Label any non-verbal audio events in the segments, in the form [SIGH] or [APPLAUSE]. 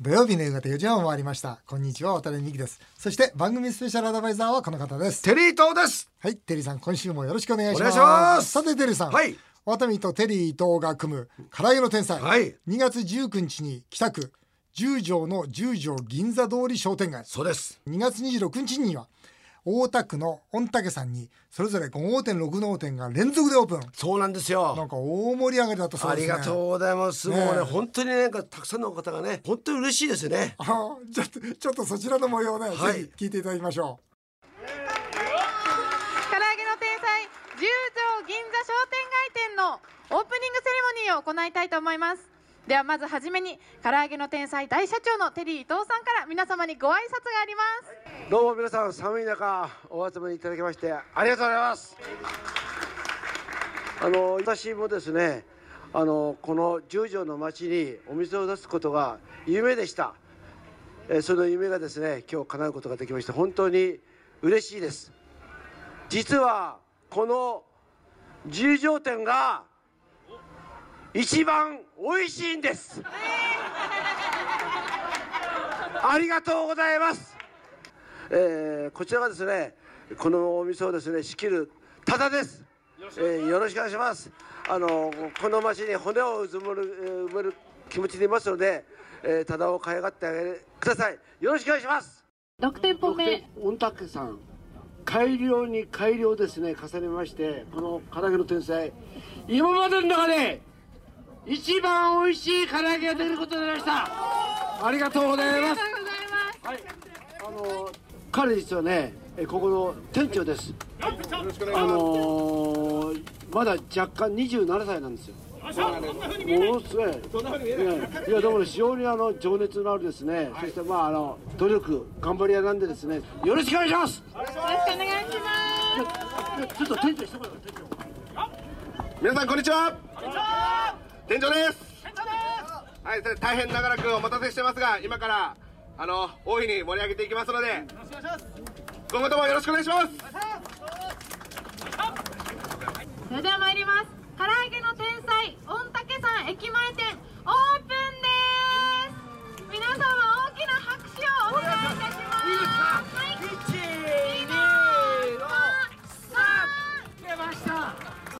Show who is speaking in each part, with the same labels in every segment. Speaker 1: 土曜日の夕方4時半を回りましたこんにちは渡辺美希ですそして番組スペシャルアドバイザーはこの方です
Speaker 2: テリー東です。
Speaker 1: はいテリーさん今週もよろしくお願いします
Speaker 2: お願いします
Speaker 1: さてテリーさん、
Speaker 2: はい。
Speaker 1: 渡辺とテリー伊藤が組む唐揚げの天才、
Speaker 2: はい
Speaker 1: 2月19日に北区十条の十条銀座通り商店街
Speaker 2: そうです。
Speaker 1: 2月26日には大田区の御嶽さんにそれぞれ5号店6号店が連続でオープン
Speaker 2: そうなんです
Speaker 1: なん
Speaker 2: よ。
Speaker 1: か大盛り上がりだったそう
Speaker 2: あ
Speaker 1: で
Speaker 2: り
Speaker 1: すね
Speaker 2: がとうございます。
Speaker 1: ね
Speaker 2: も
Speaker 1: え
Speaker 2: うね、本当にねなんかたくさんの方がね、本当に嬉しいですね。
Speaker 1: あちょっとちょっとそちらの模様をね、
Speaker 2: はい
Speaker 1: ぜひ聞いていただきましょ
Speaker 3: 唐揚げの天才十条銀座商店街店のオープニングセレモニーを行いたいと思いますではまずはじめに唐揚げの天才大社長のテリー伊藤さんから皆様にご挨拶があります
Speaker 4: どうも皆さん寒い中お集まりいただきましてありがとうございますあの私もですねあのこの十条の町にお店を出すことが夢でしたえーその夢がですね今日叶うことができまして本当に嬉しいです実はこの十条店が一番美味しいんですありがとうございますえーこちらがですねこのお店をですね仕切るタダですえーよろしくお願いしますあのこの町に骨をうずもるえー埋める気持ちでいますので、えー、タダを買い上がってあげてくださいよろしくお願いします
Speaker 3: 6店舗目
Speaker 4: 御嶽さん改良に改良ですね重ねましてこの唐揚げの天才今までの中で一番美味しい唐揚げが出ることになりましたありがとうございます
Speaker 3: ございます
Speaker 4: はい、あの彼実はね、えここの店長です。あのーまだ若干27歳なんですよ。ものすごい、ねいやでもね非常にあの情熱のあるですね、そしてまああの努力頑張り屋なんでですね、よろしくお願いします。よろしくお願いします。ちょっと店長一言店長。
Speaker 5: 皆さんこんにちは店長ですはいそれ大変長らくお待たせしてますが今からあの大いに盛り上げていきますので今後ともよろしくお願いします
Speaker 3: それでは参ります唐揚げの天才御嶽山駅前店オープンです皆様大きな拍手をお願いいたしますはい
Speaker 1: う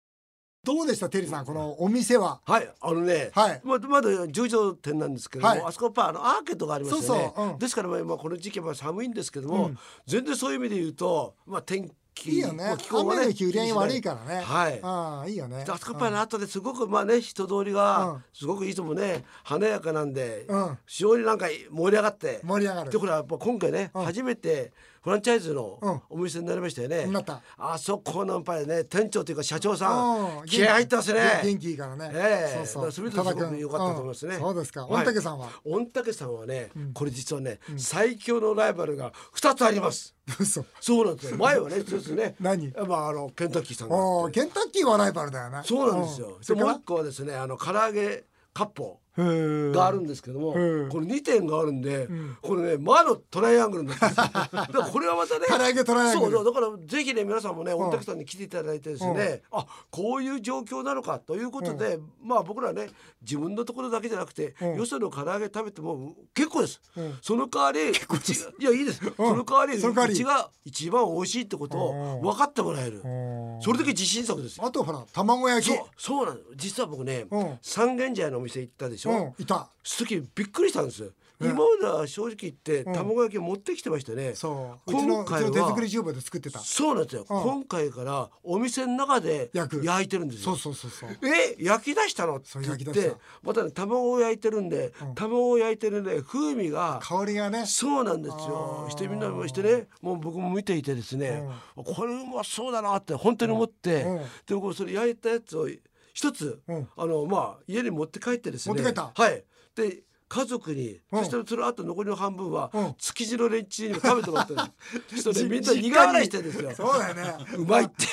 Speaker 1: どうでしたテリーさんこのお店は
Speaker 2: はい、あのね、
Speaker 1: はい
Speaker 2: ままだ十条店なんですけども、
Speaker 1: はい
Speaker 2: あそこやっぱあのアーケードがありますよね。
Speaker 1: そうそううん
Speaker 2: ですから、まあ、今この時期は寒いんですけども、全然そういう意味で言うと、まあ、天気。
Speaker 1: いいよね
Speaker 2: まあ気候が
Speaker 1: 雨
Speaker 2: ね、
Speaker 1: の日売り上げ悪いからね
Speaker 2: はい。
Speaker 1: ああいいよね
Speaker 2: あそこやっぱり後ですごくまあね人通り
Speaker 1: うん
Speaker 2: がすごくいつもね華やかなんで
Speaker 1: うん
Speaker 2: 非常になんか盛り上がって
Speaker 1: 盛り上がる
Speaker 2: でこれはやっぱ今回ね
Speaker 1: うん
Speaker 2: 初めてフランチャイズ
Speaker 1: うん
Speaker 2: のお店になりましたよね
Speaker 1: なった
Speaker 2: あそこのやっぱりね店長というか社長
Speaker 1: う
Speaker 2: さ
Speaker 1: ん
Speaker 2: ん気合入ってますね
Speaker 1: 元元気いいからね
Speaker 2: ええ
Speaker 1: そうそう
Speaker 2: それとすご
Speaker 1: 多田
Speaker 2: く
Speaker 1: 君
Speaker 2: 良かったと思いますね
Speaker 1: うんそうですか
Speaker 2: はい
Speaker 1: 御嶽さ
Speaker 2: [LAUGHS]
Speaker 1: んは
Speaker 2: 御嶽さんはねこれ実はね最強のライバルが二つあります
Speaker 1: 嘘
Speaker 2: そうなんですよ前はね一つね
Speaker 1: [LAUGHS] 何
Speaker 2: まああのケンタッキーさんがあって
Speaker 1: おーケンタッキーはライバルだよね
Speaker 2: そうなんですよ。
Speaker 1: ん
Speaker 2: で
Speaker 1: それ
Speaker 2: も
Speaker 1: か
Speaker 2: う
Speaker 1: ら
Speaker 2: 一個はですね、あの唐揚げ割
Speaker 1: へ
Speaker 2: 烹
Speaker 1: ー
Speaker 2: があるんですけども、
Speaker 1: うん
Speaker 2: これ二点があるんで、これね魔のトライアングルになってるんですよ。
Speaker 1: [LAUGHS]
Speaker 2: だからこれはまたね、
Speaker 1: 唐揚げトライアングル
Speaker 2: そうそうだからぜひね皆さんもね、お客さんに来ていただいてですね、あこういう状況なのかということで、まあ僕らね自分のところだけじゃなくて、
Speaker 1: うん
Speaker 2: よその唐揚げ食べても結構です。
Speaker 1: ん
Speaker 2: その代わり、うちいやいいです。その代わり
Speaker 1: その代わり
Speaker 2: うちが一番美味しいってことを分かってもらえる。
Speaker 1: うん
Speaker 2: それだけ自信作ですよ。
Speaker 1: あとほら卵焼き
Speaker 2: そうそうなの実は僕ね、
Speaker 1: うん
Speaker 2: 三軒茶屋のお店行ったでしょ、
Speaker 1: うんいた
Speaker 2: その時びっくりしたんですよ、今までは正直言って卵焼き持ってきてましたね、
Speaker 1: そううちのう
Speaker 2: 今
Speaker 1: ちの
Speaker 2: 回
Speaker 1: 手作り
Speaker 2: は
Speaker 1: 厨房で作ってた
Speaker 2: そうなんですよ、
Speaker 1: うん
Speaker 2: 今回からお店の中で
Speaker 1: 焼く
Speaker 2: 焼いてるんです
Speaker 1: そ
Speaker 2: よ
Speaker 1: うそうそうそう
Speaker 2: え焼き出したのって
Speaker 1: そう
Speaker 2: 言っ
Speaker 1: 焼き出してた
Speaker 2: またね卵を焼いてるんで、卵を焼いてるね風味が
Speaker 1: 香りがね
Speaker 2: そうなんですよしてみんなもしてねもう僕も見ていてですね、これうまそうだなって本当に思って、
Speaker 1: うんうん
Speaker 2: で僕それ焼いたやつを一つ、
Speaker 1: うん
Speaker 2: あのまあ家に持って帰ってですね
Speaker 1: 持って帰った
Speaker 2: はいで家族に、
Speaker 1: うん
Speaker 2: そしてその後残りの半分は、
Speaker 1: うん
Speaker 2: 築地の連中にも食べてもらったん
Speaker 1: [LAUGHS]
Speaker 2: ですそしてみんな
Speaker 1: 実家に
Speaker 2: 苦笑いしてるんですよ
Speaker 1: そうだよね
Speaker 2: うまい
Speaker 1: [LAUGHS]
Speaker 2: って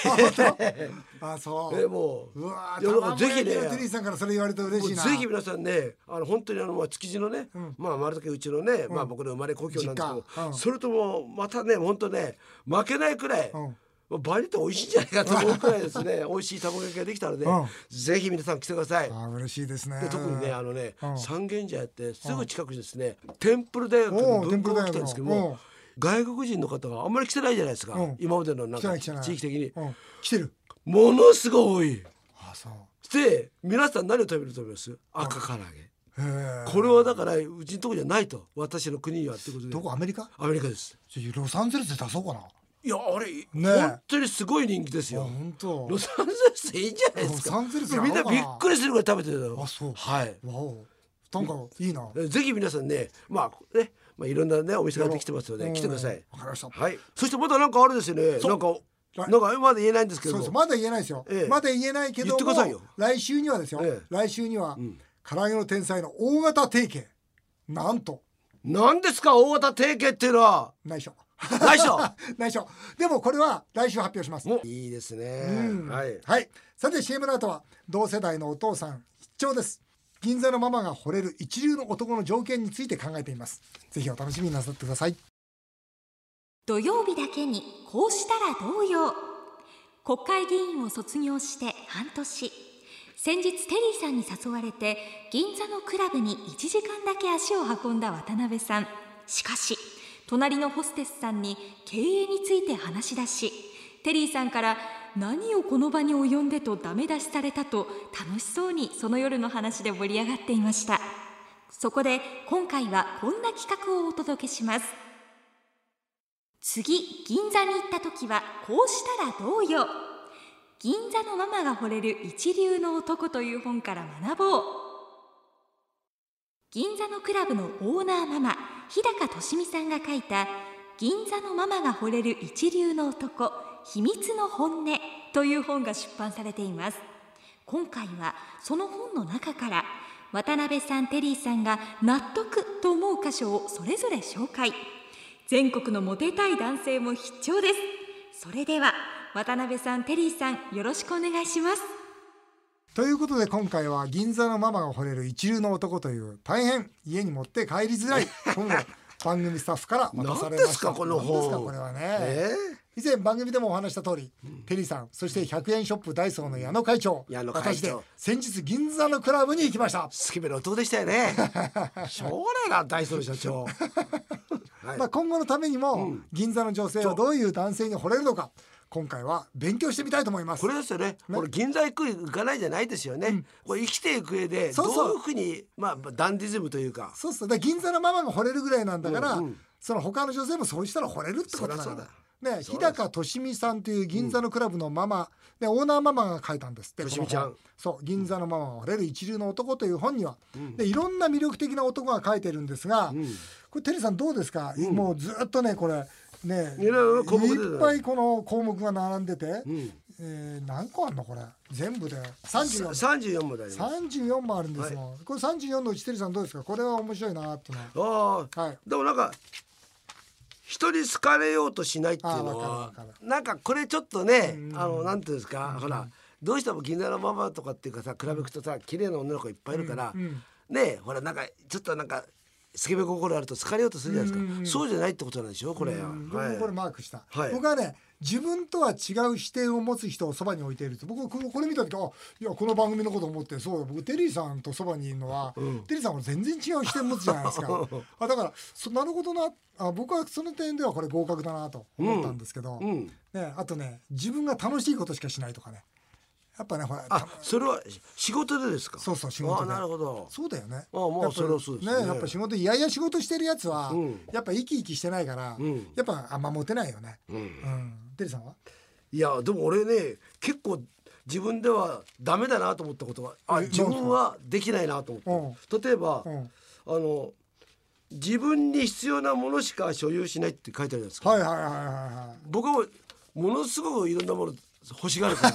Speaker 1: あそう
Speaker 2: えもう
Speaker 1: うわー
Speaker 2: いやだから
Speaker 1: 卵
Speaker 2: ぜ
Speaker 1: 焼
Speaker 2: ひ
Speaker 1: きはテリー
Speaker 2: ね
Speaker 1: さんからそれ言われて嬉
Speaker 2: も
Speaker 1: し
Speaker 2: う
Speaker 1: いな
Speaker 2: ぜひ皆さんねあの本当にあのまあ築地のね、まあ丸竹うちのね、まあ僕の生まれ故郷なんですけ
Speaker 1: 実家
Speaker 2: ど、
Speaker 1: うん
Speaker 2: それともまたね本当ね負けないくらい、
Speaker 1: うん
Speaker 2: バイリって美味しいんじゃないかと思うくらいですね美味しい卵焼きができたので、
Speaker 1: うん
Speaker 2: ぜひ皆さん来てください。
Speaker 1: あー嬉しいですね
Speaker 2: で特にねあのね、
Speaker 1: うん
Speaker 2: 三軒茶屋ってすぐ近くにですね、テンプル大学の文庫が来たんですけど
Speaker 1: おう
Speaker 2: も外国人の方があんまり来てないじゃないですか、
Speaker 1: うん
Speaker 2: 今までのなん
Speaker 1: 来てな
Speaker 2: か
Speaker 1: い来て
Speaker 2: 地
Speaker 1: ない
Speaker 2: 域的に、
Speaker 1: うん、来てる
Speaker 2: ものすごい
Speaker 1: あそう
Speaker 2: 多いで皆さん何を食べると思います赤唐揚げ、
Speaker 1: へえ
Speaker 2: これはだからうちのとこじゃないと私の国にはっていうことで
Speaker 1: どこアメリカ
Speaker 2: アメリカです
Speaker 1: ちょロサンゼルスで出そうかない
Speaker 2: やあれ、
Speaker 1: ね
Speaker 2: 本当にすごい人気です
Speaker 1: あ
Speaker 2: よ
Speaker 1: 本当
Speaker 2: ロサンゼルスでいいんじゃないですか
Speaker 1: ロサンゼルスやろ
Speaker 2: み
Speaker 1: うんかな
Speaker 2: なびっくりするぐらい食べてるだろ
Speaker 1: あそう
Speaker 2: はい
Speaker 1: わおなんかいいな
Speaker 2: えぜひ皆さんね、まあね、まあいろんなねお店ができてますの
Speaker 1: う
Speaker 2: で
Speaker 1: ん
Speaker 2: 来てください。
Speaker 1: わかりました
Speaker 2: はい。そしてまだなんかあれですよね。
Speaker 1: そう
Speaker 2: なんか
Speaker 1: はい
Speaker 2: なんかまだ言えないんですけ
Speaker 1: そ
Speaker 2: ど
Speaker 1: うです
Speaker 2: も。
Speaker 1: まだ言えないですよ、
Speaker 2: ええ
Speaker 1: まだ言えないけども
Speaker 2: 言ってくださいよ
Speaker 1: 来週にはですよ、
Speaker 2: ええ
Speaker 1: 来週には、唐揚げの天才の大型提携なんと
Speaker 2: なんですか大型提携っていうのは。
Speaker 1: 内緒 [LAUGHS]
Speaker 2: 内緒。
Speaker 1: 内緒でもこれは来週発表します
Speaker 2: おいいですね
Speaker 1: うん。
Speaker 2: はい。
Speaker 1: はい、さて CM の後は同世代のお父さん必聴です銀座のママが惚れる一流の男の条件について考えていますぜひお楽しみになさってください
Speaker 6: 土曜日だけにこうしたらどうよ国会議員を卒業して半年先日テリーさんに誘われて銀座のクラブに1時間だけ足を運んだ渡辺さんしかし隣のホステスさんに経営について話し出しテリーさんから何をこの場に及んでとダメ出しされたと楽しそうにその夜の話で盛り上がっていましたそこで今回はこんな企画をお届けします次銀座に行った時はこうしたらどうよ銀座のママが惚れる一流の男という本から学ぼう銀座のクラブのオーナーママ日高俊美さんが書いた「銀座のママが惚れる一流の男秘密の本音」という本が出版されています今回はその本の中から渡辺さんテリーさんが納得と思う箇所をそれぞれ紹介全国のモテたい男性も必聴ですそれでは渡辺さんテリーさんよろしくお願いします
Speaker 1: ということで今回は銀座のママが惚れる一流の男という大変家に持って帰りづらい本を番組スタッフから渡さ
Speaker 2: 何
Speaker 1: れ
Speaker 2: で
Speaker 1: ました
Speaker 2: すかこの
Speaker 1: 何です
Speaker 2: 本。
Speaker 1: かこれはね、
Speaker 2: え
Speaker 1: 以前番組でもお話した通り、テリーさんそして100円ショップダイソーの矢野会長
Speaker 2: 矢野会長
Speaker 1: 私で先日銀座のクラブに行きました
Speaker 2: え。スケベの男でした
Speaker 1: [LAUGHS]
Speaker 2: よね。しょうがないなダイソーの社長。はい
Speaker 1: まあ、今後のためにも銀座の女性はどういう男性に惚れるのか今回は勉強してみたいと思います
Speaker 2: これですよね。これ銀座行く行かないじゃないですよね。これ生きていく上でど
Speaker 1: そうそう
Speaker 2: ういうふうにまあまあダンディズムというか。
Speaker 1: そうそうだから銀座のママが惚れるぐらいなんだから、
Speaker 2: うんうん
Speaker 1: その他の女性もそうしたら惚れるってことだか
Speaker 2: そりゃ
Speaker 1: ら
Speaker 2: そう
Speaker 1: ね日高俊美さんという銀座のクラブのママ、ねオーナーママが書いたんですって
Speaker 2: 俊美ちゃん
Speaker 1: この本そう銀座のママが惚れる一流の男という本には、でいろんな魅力的な男が書いてるんですが、これテリーさんどうですか、もうずっとねこれね
Speaker 2: いろいろ項目出てる
Speaker 1: いっぱいこの項目が並んでて、えー何個あんのこれ全部で34
Speaker 2: 三十四まであります。
Speaker 1: 34もあるんですよ、これ34のうちテリーさんどうですかこれは面白いなっていうのは
Speaker 2: ああ、
Speaker 1: はい
Speaker 2: でもなんか人に好かれようとしないっていうの
Speaker 1: ああわ
Speaker 2: は
Speaker 1: かるわか
Speaker 2: なんかこれちょっとねあのなんていうんですか、ほらどうしても銀座のママとかっていうかさ比べるとさ綺麗な女の子いっぱいいるから、ねほらなんかちょっとなんかスケベ心あると好かれようとするじゃないですか、そうじゃないってことなんでしょこれ、
Speaker 1: 僕もこれ
Speaker 2: は
Speaker 1: マークした、
Speaker 2: はい
Speaker 1: 僕はね自分とは違う視点を持つ人をそばに置いていると僕はここれ見た時あいやこの番組のこと思ってそうだ僕テリーさんとそばにいるのは、テリーさんは全然違う視点持つじゃない
Speaker 2: [LAUGHS]
Speaker 1: ですかあだからそなるほどなあ僕はその点ではこれ合格だなと思ったんですけど、
Speaker 2: い、うん、
Speaker 1: ね、あとね自分が楽しいことしかしないとかねやっぱねほら
Speaker 2: あそれは仕事でですか
Speaker 1: そうそう仕事で
Speaker 2: ああなるほど
Speaker 1: そうだよね。
Speaker 2: ああも
Speaker 1: やっ
Speaker 2: う
Speaker 1: ぱり
Speaker 2: それはそうですね
Speaker 1: やっぱ仕事いやいや仕事してるやつは、
Speaker 2: うん
Speaker 1: やっぱ生き生きしてないから、
Speaker 2: ん
Speaker 1: やっぱあんまモテないよね。うんテリーさんはい
Speaker 2: やでも俺ね結構自分ではダメだなと思ったことはあ
Speaker 1: え
Speaker 2: 自分はできないなと思って、例えば、
Speaker 1: うん
Speaker 2: あの自分に必要なものしか所有しないって書いてあるじゃないですか、
Speaker 1: はいはいはいは
Speaker 2: 僕はものすごくいろんなもの欲しがるか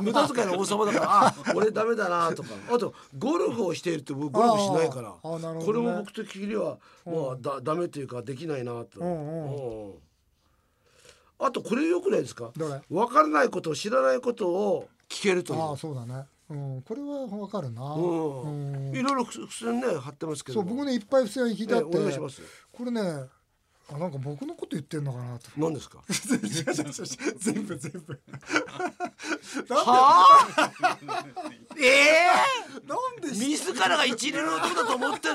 Speaker 1: [LAUGHS]
Speaker 2: 無駄遣いの王様だからあ俺ダメだなとかあとゴルフをしているって僕ゴルフしないから
Speaker 1: あーあーなるほどね
Speaker 2: これも僕的にはまあだダメというかできないなと、
Speaker 1: ん
Speaker 2: うんあとこれよくないですか
Speaker 1: どれ
Speaker 2: 分からないことを知らないことを聞けると
Speaker 1: い
Speaker 2: い
Speaker 1: はい。ああ
Speaker 2: う
Speaker 1: そうだね。うんこれはわかるな。
Speaker 2: うん
Speaker 1: うん
Speaker 2: いろいろ伏線ね貼ってますけど
Speaker 1: そう僕ねいっぱい不正を聞いてあって、
Speaker 2: ええお願いします
Speaker 1: これねあなんか僕のこと言ってんのかなと
Speaker 2: 何で
Speaker 1: [LAUGHS]
Speaker 2: すか
Speaker 1: 違う違う違う全部全部
Speaker 2: はあええ
Speaker 1: なんでし
Speaker 2: 自らが一流の男だと思ってる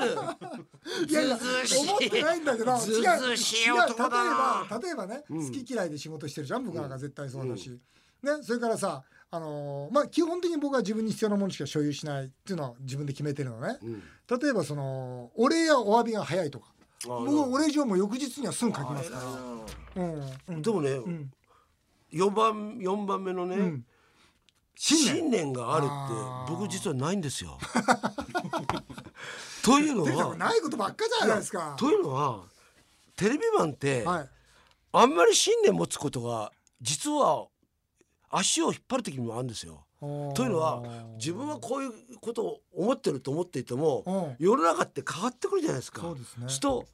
Speaker 1: いやいや
Speaker 2: ずうしい
Speaker 1: 思ってないんだけど違う
Speaker 2: ずうずうしい男だな
Speaker 1: 違う例えば例えばね、好き嫌いで仕事してるじゃん僕なんか絶対そうだし、ねそれからさあのーまあ基本的に僕は自分に必要なものしか所有しないっていうのは自分で決めてるのね、例えばそのお礼やお詫びが早いとか僕はお礼状も翌日にはすぐ書きますから、うんうん
Speaker 2: でもね、
Speaker 1: ん
Speaker 2: 四番四番目のね、
Speaker 1: ん
Speaker 2: 信念がある
Speaker 1: あー
Speaker 2: って僕実はないんです [LAUGHS] よ。というの
Speaker 1: できたこと
Speaker 2: は
Speaker 1: ないことばっかじゃないですか。
Speaker 2: というのはテレビマンって、
Speaker 1: はい、
Speaker 2: あんまり信念持つことが実は足を引っ張る時もあるんですよ。というのは自分はこういうことを思ってると思っていても
Speaker 1: う
Speaker 2: 世の中って変わってくるじゃないですか。
Speaker 1: そうですね
Speaker 2: すると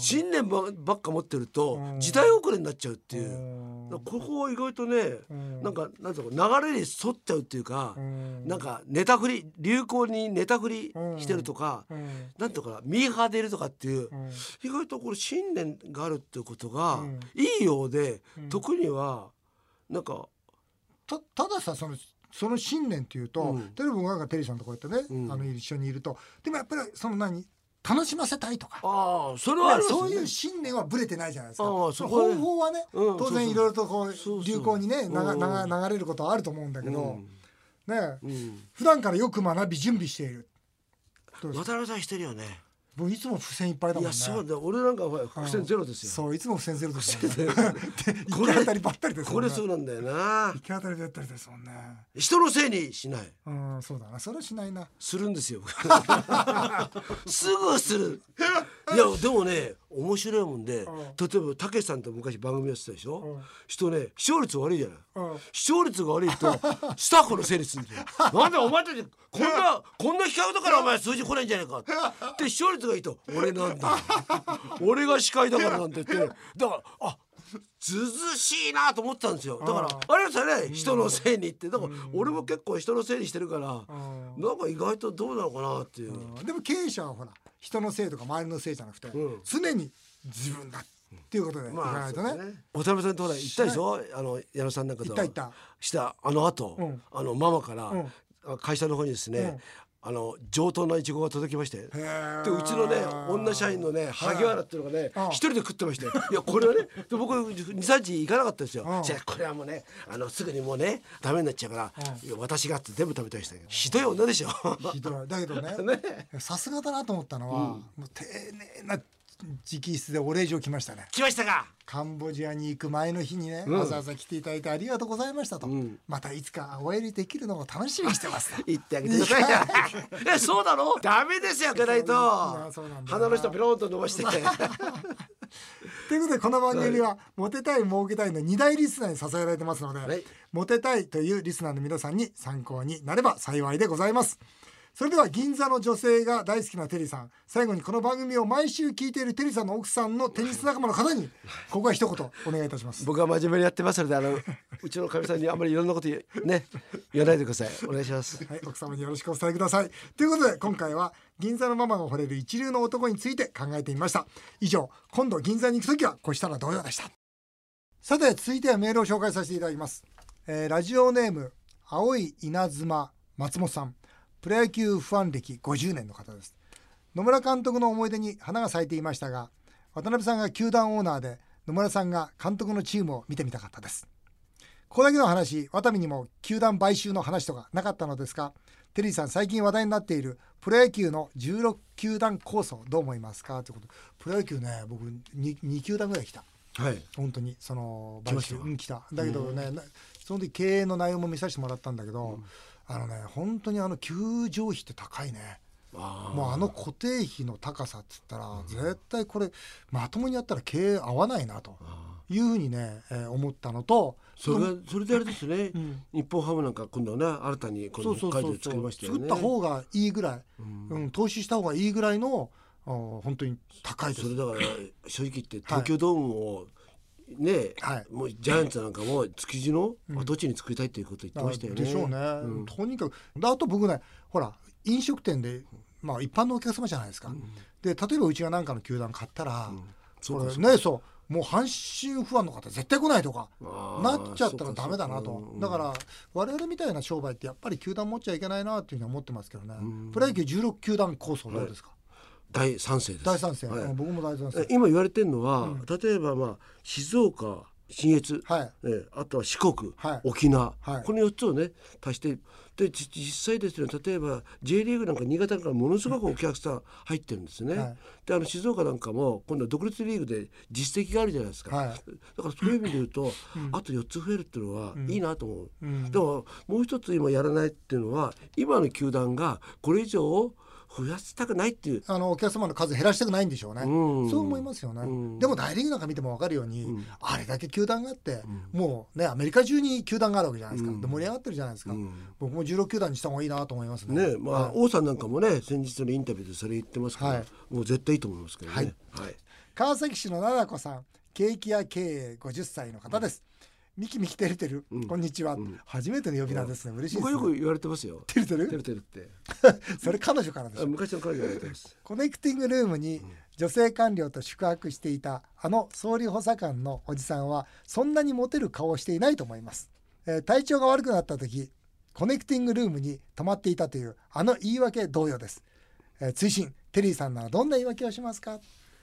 Speaker 2: 信念ばばっか持ってると
Speaker 1: うん
Speaker 2: 時代遅れになっちゃうってい
Speaker 1: う
Speaker 2: う
Speaker 1: ん
Speaker 2: だからここは意外とね
Speaker 1: ん
Speaker 2: なんかなんていうのか流れに沿っちゃうっていうか
Speaker 1: ん
Speaker 2: なんかネタ振り流行にネタ振りしてるとか
Speaker 1: うん
Speaker 2: なんとかミーハーでいるとかっていう
Speaker 1: うん
Speaker 2: 意外とこれ信念があるっていうことが
Speaker 1: うん
Speaker 2: いいようで特にはなんか
Speaker 1: たたださそのその信念っていうと、
Speaker 2: うん
Speaker 1: テレビ僕なんかテリーさんとこうやってね、
Speaker 2: うん
Speaker 1: あの一緒にいるとでもやっぱりその何楽しませたいとか。
Speaker 2: ああそれはありますね
Speaker 1: そういう信念はぶれてないじゃないですか。
Speaker 2: ああ
Speaker 1: 方
Speaker 2: そこはね
Speaker 1: 法はね、
Speaker 2: うん
Speaker 1: 当
Speaker 2: そうそ
Speaker 1: 然
Speaker 2: う
Speaker 1: いろいろとこう
Speaker 2: そう
Speaker 1: 流行にね、なが
Speaker 2: うん
Speaker 1: なが流れることはあると思うんだけど、
Speaker 2: うん
Speaker 1: ね、
Speaker 2: うん
Speaker 1: 普段からよく学び準備している。どうです
Speaker 2: 渡辺さんしてるよね。
Speaker 1: 僕いつも付箋いっぱいだ
Speaker 2: い
Speaker 1: もん
Speaker 2: や
Speaker 1: ね。
Speaker 2: そうだ俺なんかほら伏線ゼロですよ。
Speaker 1: そういつも付箋ゼロ [LAUGHS] ですもんね。
Speaker 2: こ
Speaker 1: 行
Speaker 2: れ
Speaker 1: き当たりばったりですも
Speaker 2: こ
Speaker 1: んね。
Speaker 2: れそうなんだよな
Speaker 1: 行き当たりばったりですもんね。
Speaker 2: 人のせいにしない
Speaker 1: うん、そうだな。それはしないな。
Speaker 2: するんですよ [LAUGHS] すぐするいやでもね面白いもんで例えばたけしさんと昔番組やってたでしょ、人ね視聴率悪いじゃない、
Speaker 1: うん
Speaker 2: 視聴率が悪いと [LAUGHS] スタッフのせいにするんだよなんだお前たちこんな [LAUGHS] こんな企画だからお前数字来ないんじゃないかって視聴率がいいと俺なんだよ俺が司会だからなんて言ってだからあずずしいなと思ってたんですよだからあれですよね人のせいにってだから俺も結構人のせいにしてるから
Speaker 1: う
Speaker 2: なんか意外とどうなのかなっていう
Speaker 1: でも経営者はほら、人のせいとか周りのせいじゃなくて、
Speaker 2: うん
Speaker 1: 常に自分だっていうことでいか
Speaker 2: ま
Speaker 1: な
Speaker 2: あ
Speaker 1: い
Speaker 2: そ
Speaker 1: と
Speaker 2: う
Speaker 1: ね。
Speaker 2: ですね渡辺さんとほら行ったでしょあの矢野さんなんかと
Speaker 1: 行った行った
Speaker 2: したあの後
Speaker 1: うん
Speaker 2: あのママから
Speaker 1: うん
Speaker 2: あ会社の方にですねあの上等なイチゴが届きまして
Speaker 1: へー
Speaker 2: でうちのね女社員のね萩原っていうのがね
Speaker 1: うん
Speaker 2: 一人で食ってましていやこれはねで僕23日行かなかったです
Speaker 1: う
Speaker 2: よ
Speaker 1: ん
Speaker 2: じゃあこれはもうねあのすぐにもうねダメになっちゃうからいや私がって全部食べたりしたけどひどい女でしょ
Speaker 1: ひどいだけどね
Speaker 2: [LAUGHS]
Speaker 1: さすがだなと思ったのは、もう丁寧な直筆でお礼状来ましたね
Speaker 2: 来ましたか
Speaker 1: カンボジアに行く前の日にね、わざわざ来ていただいてありがとうございましたと、またいつかお会いできるのを楽しみにしてますと
Speaker 2: [LAUGHS] 言ってあげてくださいよえそうだろダメですよ行かないと
Speaker 1: そうなんだ
Speaker 2: 鼻の下ピローンと伸ばして
Speaker 1: ということでこの番組はモテたい儲けたいの2大リスナーに支えられてますので、
Speaker 2: はい
Speaker 1: モテたいというリスナーの皆さんに参考になれば幸いでございますそれでは銀座の女性が大好きなテリーさん最後にこの番組を毎週聞いているテリーさんの奥さんのテニス仲間の方にここは一言お願いいたします
Speaker 2: 僕は真面目にやってますのであのうちのかみさんにあんまりいろんなこと言うね言わないでくださいお願いします
Speaker 1: はい、奥様によろしくお伝えください。ということで、今回は銀座のママが惚れる一流の男について考えてみました。以上、今度銀座に行くときは、こうしたら同様でした。さて、続いてはメールを紹介させていただきます。えーラジオネーム、青い稲妻松本さん。プロ野球ファン歴50年の方です。野村監督の思い出に花が咲いていましたが、渡辺さんが球団オーナーで、野村さんが監督のチームを見てみたかったです。ここだけの話、ワタミにも球団買収の話とかなかったのですが、テリーさん、最近話題になっているプロ野球の16球団構想、どう思いますかということでプロ野球ね、僕2、2球団ぐらい来た、
Speaker 2: はい
Speaker 1: 本当に、その
Speaker 2: 来ました
Speaker 1: うん、来た。だけどね、なその時経営の内容も見させてもらったんだけど、あのね、本当にあの球場費って高いね。もうあの固定費の高さっつったら、絶対これまともにやったら経営合わないなというふうにね、えー思ったのと
Speaker 2: それがそれであれですね、日本ハムなんか今度はね新たにこ
Speaker 1: そ
Speaker 2: の
Speaker 1: うそう
Speaker 2: 北海
Speaker 1: そう
Speaker 2: 道で作りましたよ
Speaker 1: 作
Speaker 2: ね
Speaker 1: った方がいいぐらい、うん、投資した方がいいぐらいのあー本当に高いです
Speaker 2: それだから正直言って東京ドームをね、
Speaker 1: はい
Speaker 2: もうジャイアンツなんかも築地の跡地に作りたいということを言ってましたよね。
Speaker 1: でしょうね、とにかくであと僕ねほら飲食店で、まあ、一般のお客様じゃないですか、で例えばうちが何かの球団買ったら、
Speaker 2: そうか
Speaker 1: これねそうもう阪神ファンの方絶対来ないとかなっちゃったらダメだなとだから我々みたいな商売ってやっぱり球団持っちゃいけないなっていうのは思ってますけどねプロ野球16球団構想どうですか、
Speaker 2: 大賛成です
Speaker 1: 大賛成、
Speaker 2: はい
Speaker 1: うん僕も大賛
Speaker 2: え
Speaker 1: 成
Speaker 2: 今言われてるのは、例えばまあ静岡信越、
Speaker 1: はい
Speaker 2: えーあとは四国、
Speaker 1: はい
Speaker 2: 沖縄、
Speaker 1: はい
Speaker 2: この4つをね足してでじ実際ですね例えば J リーグなんか新潟からものすごくお客さん入ってるんですね。
Speaker 1: はい
Speaker 2: であの静岡なんかも今度は独立リーグで実績があるじゃないですか、
Speaker 1: はい
Speaker 2: だからそういう意味で言うと、あと4つ増えるっていうのはいいなと思う、
Speaker 1: ん
Speaker 2: でももう一つ今やらないっていうのは今の球団がこれ以上を増やしたくないっていう
Speaker 1: あのお客様の数減らしたくないんでしょうね、
Speaker 2: うん
Speaker 1: そう思いますよね、
Speaker 2: うん
Speaker 1: でも大リーグなんか見ても分かるように、あれだけ球団があって、もうねアメリカ中に球団があるわけじゃないですか、で盛り上がってるじゃないですか、僕も16球団にした方がいいなと思いますね
Speaker 2: ねまあ、王さんなんかもね先日のインタビューでそれ言ってますから、
Speaker 1: はい
Speaker 2: もう絶対いいと思いますけどね。
Speaker 1: はい
Speaker 2: はい
Speaker 1: 川崎市の奈々子さんケーキ屋経営50歳の方です、ミキミキてるてる、こんにちは、初めての呼び名ですね、嬉しいで
Speaker 2: 僕は
Speaker 1: す、
Speaker 2: よ
Speaker 1: ね
Speaker 2: く、言われてますよ。
Speaker 1: てるてる
Speaker 2: てるてるって。
Speaker 1: それ彼女からでし
Speaker 2: あ
Speaker 1: ょ
Speaker 2: 昔の彼女が言われてます。
Speaker 1: コネクティングルームに女性官僚と宿泊していたあの総理補佐官のおじさんはそんなにモテる顔をしていないと思います、えー体調が悪くなった時コネクティングルームに泊まっていたというあの言い訳同様です、えー追伸テリーさんならどんな言い訳をしますか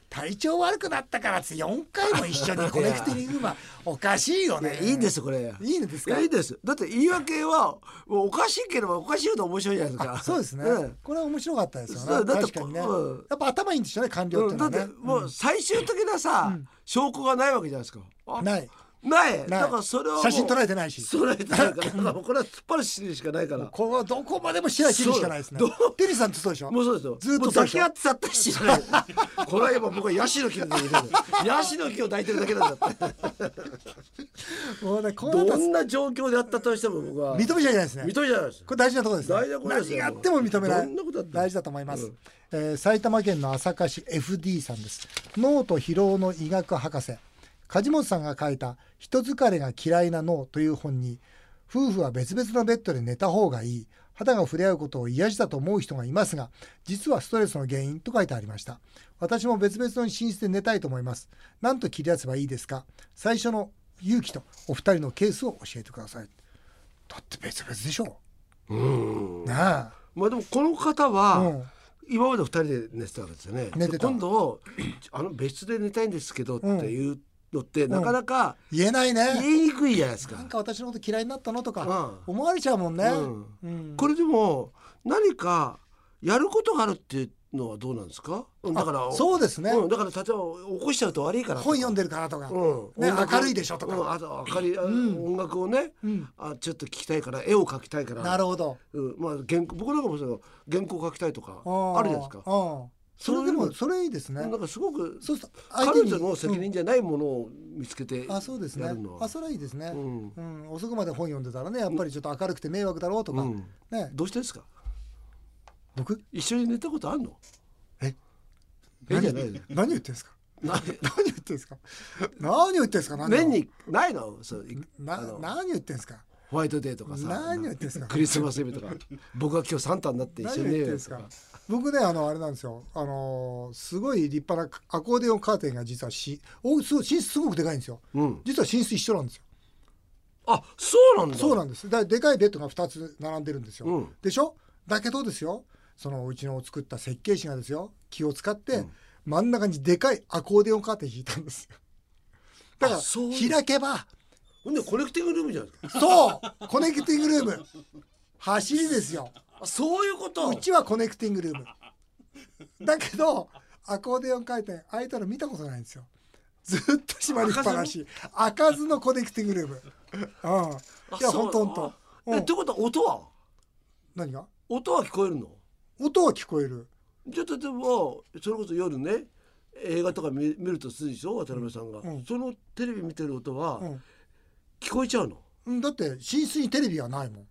Speaker 1: 体調悪くなったからって4回も一緒
Speaker 2: [LAUGHS]
Speaker 1: にコネクティングルームはおかしいよね
Speaker 2: いいんですこれ。
Speaker 1: いいんです
Speaker 2: い
Speaker 1: か
Speaker 2: やいいです。だって言い訳はもうおかしいければおかしいほど面白いじゃないですか。
Speaker 1: そうですね、
Speaker 2: ん
Speaker 1: これは面白かったですよ
Speaker 2: そう
Speaker 1: ね
Speaker 2: だって
Speaker 1: 確かにね、
Speaker 2: うん
Speaker 1: やっぱ頭いいんですよね官僚っていうの
Speaker 2: だっ
Speaker 1: はね
Speaker 2: てもう最終的なさ、証拠がないわけじゃないですか。あ
Speaker 1: ない
Speaker 2: ない。
Speaker 1: い
Speaker 2: だからそれはもう
Speaker 1: 写真撮られてないし
Speaker 2: 撮られてないから。だから
Speaker 1: [LAUGHS]
Speaker 2: もうこれは突っ張るしかないから。
Speaker 1: ここはどこまでも白い切るしかないですね
Speaker 2: そうどう。
Speaker 1: テリーさんってそうでしょ
Speaker 2: もうそうですよ。
Speaker 1: ずっ
Speaker 2: も
Speaker 1: と
Speaker 2: う
Speaker 1: そう
Speaker 2: 抱
Speaker 1: でし
Speaker 2: き
Speaker 1: ょ
Speaker 2: 合ってたったりしない。これは今僕はヤシの木のだけで、ヤシの木を抱いてるだけなんだって。
Speaker 1: もうね、こうなった
Speaker 2: [LAUGHS] ど
Speaker 1: ら
Speaker 2: んな状況であったとしても僕は
Speaker 1: 認めちゃいけないですね。
Speaker 2: 認めちゃいないです
Speaker 1: これ大事なところですね。
Speaker 2: 大事なことですよ
Speaker 1: 何があっても認めない。
Speaker 2: どんなことだって
Speaker 1: 大事だと思います。
Speaker 2: うん
Speaker 1: えー埼玉県の朝霞市 FD さんです。脳と疲労の医学博士。梶本さんが書いた「人疲れが嫌いな脳」という本に夫婦は別々のベッドで寝た方がいい肌が触れ合うことを癒しだと思う人がいますが実はストレスの原因と書いてありました私も別々の寝室で寝たいと思います何と切り出せばいいですか最初の勇気とお二人のケースを教えてくださいだって別々でしょうんねえ
Speaker 2: まあでもこの方
Speaker 1: うん
Speaker 2: は今まで二人で寝てたわけですよね。
Speaker 1: 寝てた
Speaker 2: で今度あの別で寝たいんですけどっていうのってなかなか
Speaker 1: 言えないね
Speaker 2: 言いにくいじゃないですか
Speaker 1: なん。か私のこと嫌いになったのとか
Speaker 2: う
Speaker 1: 思われちゃうもんね、
Speaker 2: うん
Speaker 1: うん
Speaker 2: これでも何かやることがあるっていうのはどうなんですか。だから
Speaker 1: そうですね
Speaker 2: うんだから例えば起こしちゃうと悪いから。
Speaker 1: 本読んでるからとか、
Speaker 2: うん
Speaker 1: ね、
Speaker 2: 音楽
Speaker 1: 明るいでしょとか、
Speaker 2: うんあと明るいあ音楽をね、あちょっと聞きたいから絵を描きたいから
Speaker 1: なるほど
Speaker 2: うんまあ、原稿僕なんかもそう原稿書きたいとか
Speaker 1: ー
Speaker 2: あるじゃないですか。
Speaker 1: うんそれでもそれいいですね
Speaker 2: なんかすごく
Speaker 1: そうすると
Speaker 2: 彼女
Speaker 1: う
Speaker 2: の
Speaker 1: ん
Speaker 2: 責任じゃないものを見つけてやるのは、
Speaker 1: あそうですねあそれはいいですね、う
Speaker 2: うんん
Speaker 1: 遅くまで本読んでたらねやっぱりちょっと明るくて迷惑だろうとか、
Speaker 2: うん
Speaker 1: ね
Speaker 2: どうしてですか
Speaker 1: 僕
Speaker 2: 一緒に寝たことあるの
Speaker 1: え
Speaker 2: えじ
Speaker 1: 何
Speaker 2: ゃないの
Speaker 1: 何言ってんですか
Speaker 2: な [LAUGHS]
Speaker 1: 何言ってんですか何言ってんですか何を
Speaker 2: 年にないのそうい
Speaker 1: な
Speaker 2: あの
Speaker 1: 何言ってんですか
Speaker 2: ホワイトデーとかさ
Speaker 1: 何言ってんすか
Speaker 2: クリスマスイブ
Speaker 1: [LAUGHS]
Speaker 2: とか僕は今日サンタになって一
Speaker 1: 何
Speaker 2: 緒
Speaker 1: 言っ
Speaker 2: に寝
Speaker 1: てん
Speaker 2: ようよ
Speaker 1: です
Speaker 2: とか
Speaker 1: か僕ねあのあれなんですよあのーすごい立派なアコーディオンカーテンが実はしおすごい寝室すごくでかいんですよ、
Speaker 2: うん
Speaker 1: 実は寝室一緒なんですよ
Speaker 2: あそうなんだ
Speaker 1: そうなんです。だでかいベッドが2つ並んでるんですよ。
Speaker 2: うん
Speaker 1: でしょだけどですよそのうちの作った設計士がですよ気を使って、真ん中にでかいアコーディオンカーテン引いたんですよ。だから
Speaker 2: あそうです
Speaker 1: 開けば
Speaker 2: ほんでコネクティングルームじゃないですか
Speaker 1: そうコネクティングルーム走りですよ。
Speaker 2: あそういうこと
Speaker 1: うちはコネクティングルーム。だけどアコーディオン回転ああいうの見たことないんですよ。ずっと閉まりっぱなし開かずのコネクティングルーム。うん。いや本当本当。
Speaker 2: え
Speaker 1: う
Speaker 2: っ
Speaker 1: ん
Speaker 2: てことは音は
Speaker 1: 何が？
Speaker 2: 音は聞こえるの
Speaker 1: 音は聞こえる
Speaker 2: じゃあ例えばそれこそ夜ね映画とか見見るとするでしょ渡辺さんが、
Speaker 1: うん
Speaker 2: そのテレビ見てる音は
Speaker 1: うん
Speaker 2: 聞こえちゃうの、
Speaker 1: うんだって寝室にテレビはないもん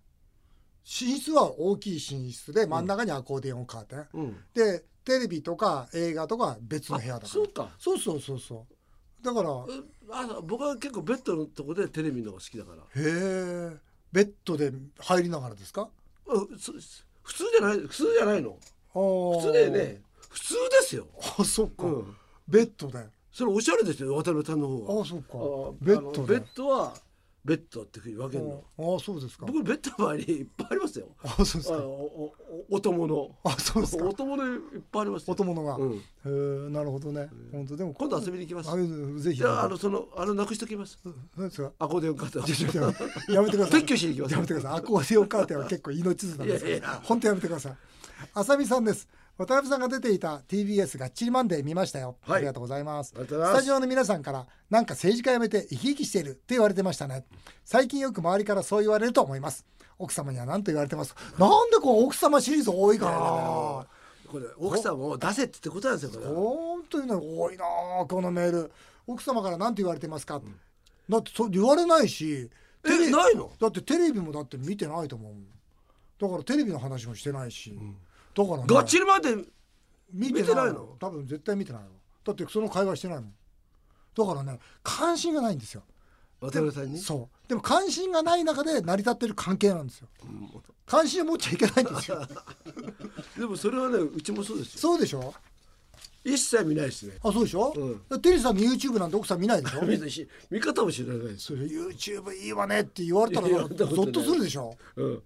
Speaker 1: 寝室は大きい寝室で真ん中にアコーディオンカーテン、
Speaker 2: うん
Speaker 1: でテレビとか映画とかは別の部屋だから
Speaker 2: そうか
Speaker 1: そうそうそうそうだからへ
Speaker 2: えあ僕は結構ベッドのとこでテレビのが好きだから
Speaker 1: えベッドで入りながらですか
Speaker 2: うんそ普通じゃない普通じゃないの
Speaker 1: 普
Speaker 2: 普通だよね普通ですよ
Speaker 1: あそっか、
Speaker 2: うん
Speaker 1: ベッドで
Speaker 2: それおしゃれですよ渡辺さんの方は
Speaker 1: あそう
Speaker 2: あ
Speaker 1: か
Speaker 2: の
Speaker 1: ベッド
Speaker 2: ベ
Speaker 1: で
Speaker 2: ッドはベッドっていうふうに分けるの
Speaker 1: ああそうですか
Speaker 2: 僕ベッドの周りいっぱいありますよ
Speaker 1: あそうです
Speaker 2: あ
Speaker 1: か
Speaker 2: のおおお供の
Speaker 1: あそうですか
Speaker 2: お供のいっぱいありますよ
Speaker 1: お供が
Speaker 2: うん
Speaker 1: へえなるほどね本当でも
Speaker 2: 今度遊びに行きます
Speaker 1: あぜひ
Speaker 2: じゃああのそのあれなくしときます
Speaker 1: 何ですか
Speaker 2: アコーディオンカート
Speaker 1: ちょちょちょ [LAUGHS] やめてください
Speaker 2: 撤去しに行きます
Speaker 1: やめてくださいア [LAUGHS] コーディオンカーテンは結構命綱です
Speaker 2: いやいや
Speaker 1: 本当やめてください浅見さんです渡辺さんが出ていた TBS がっちりマンデー見ましたよ、
Speaker 2: はい
Speaker 1: ありがとうございます
Speaker 2: ありがとうございま
Speaker 1: スタ
Speaker 2: す
Speaker 1: ジオの皆さんからなんか政治家辞めて生き生きしているって言われてましたね最近よく周りからそう言われると思います奥様には何と言われてますなんでこう奥様シリーズ多いかな
Speaker 2: これ奥さんも出せってってことなんですよこれは
Speaker 1: 本当にね多いなあこのメール奥様から何て言われてますか、だってそう言われないし
Speaker 2: え
Speaker 1: テレビ
Speaker 2: ないの
Speaker 1: だってテレビもだって見てないと思うだからテレビの話もしてないし、だから、ね、
Speaker 2: ガッチリまで
Speaker 1: 見
Speaker 2: 見てないの
Speaker 1: 多分絶対見てないのだってその会話してないもんだからね関心がないんですよ
Speaker 2: 渡辺さんに
Speaker 1: そうでも関心がない中で成り立ってる関係なんですよ関心を持っちゃいけないんです
Speaker 2: [LAUGHS]
Speaker 1: よ
Speaker 2: でもそれはねうちもそうですよ
Speaker 1: そうでしょ
Speaker 2: 一切見ないですね
Speaker 1: あそうでしょ、
Speaker 2: う
Speaker 1: テリーさんの YouTube なんて奥さん見ないでしょ
Speaker 2: [LAUGHS] 見ないし見方も知らないです
Speaker 1: それ YouTube いいわねって言わ
Speaker 2: [LAUGHS]
Speaker 1: れたら
Speaker 2: いや
Speaker 1: なんかゾ
Speaker 2: そんなことな
Speaker 1: ッ
Speaker 2: い
Speaker 1: とするでしょ
Speaker 2: うん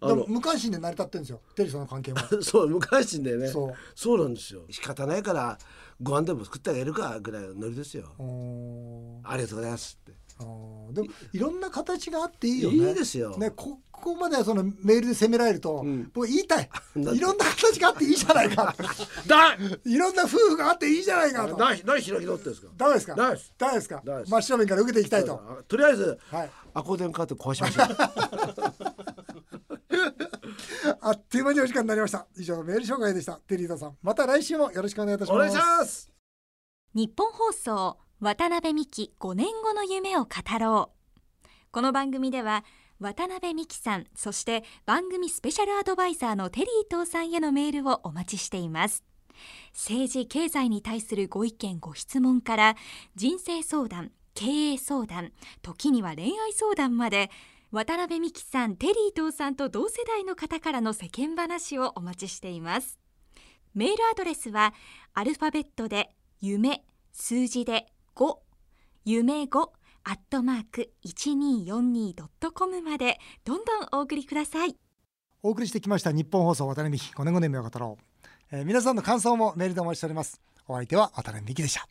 Speaker 2: あ
Speaker 1: でも
Speaker 2: の
Speaker 1: 無関心で成り立ってるんですよテリーさんの関係も
Speaker 2: [LAUGHS] そう無関心だよね
Speaker 1: そう
Speaker 2: そうなんですよ仕方ないからご飯でも作ってあげるかぐらいのノリですよ
Speaker 1: うーん
Speaker 2: ありがとうございますって
Speaker 1: あーでもいろんな形があっていいよね
Speaker 2: いいですよ
Speaker 1: ねここまでそのメールで責められると、僕言いたい
Speaker 2: んて
Speaker 1: いろんな形があっていいじゃない
Speaker 2: [LAUGHS]
Speaker 1: か
Speaker 2: だ
Speaker 1: いろんな夫婦があっていいじゃないかと
Speaker 2: ないない開き直ってるんですか
Speaker 1: ダメですか
Speaker 2: ないです
Speaker 1: ダメですか
Speaker 2: ダメです
Speaker 1: 真正面から受けていきたいと
Speaker 2: あとりあえず、
Speaker 1: はい
Speaker 2: アコーディオンカーテン壊しましょう
Speaker 1: あっという間にお時間になりました以上メール紹介でしたテリーさんまた来週もよろ [LAUGHS] しくお願いいたします
Speaker 2: お願いします
Speaker 6: 日本放送渡辺美希5年後の夢を語ろうこの番組では渡辺美希さんそして番組スペシャルアドバイザーのテリー東さんへのメールをお待ちしています政治経済に対するご意見ご質問から人生相談経営相談時には恋愛相談まで渡辺美希さんテリー東さんと同世代の方からの世間話をお待ちしていますメールアドレスはアルファベットで夢数字で5夢5アットマーク 1242.com までどんどんお送りください
Speaker 1: お送りしてきました日本放送渡辺美希5年5年目を語ろう、えー皆さんの感想もメールでお待ちしておりますお相手は渡辺美希でした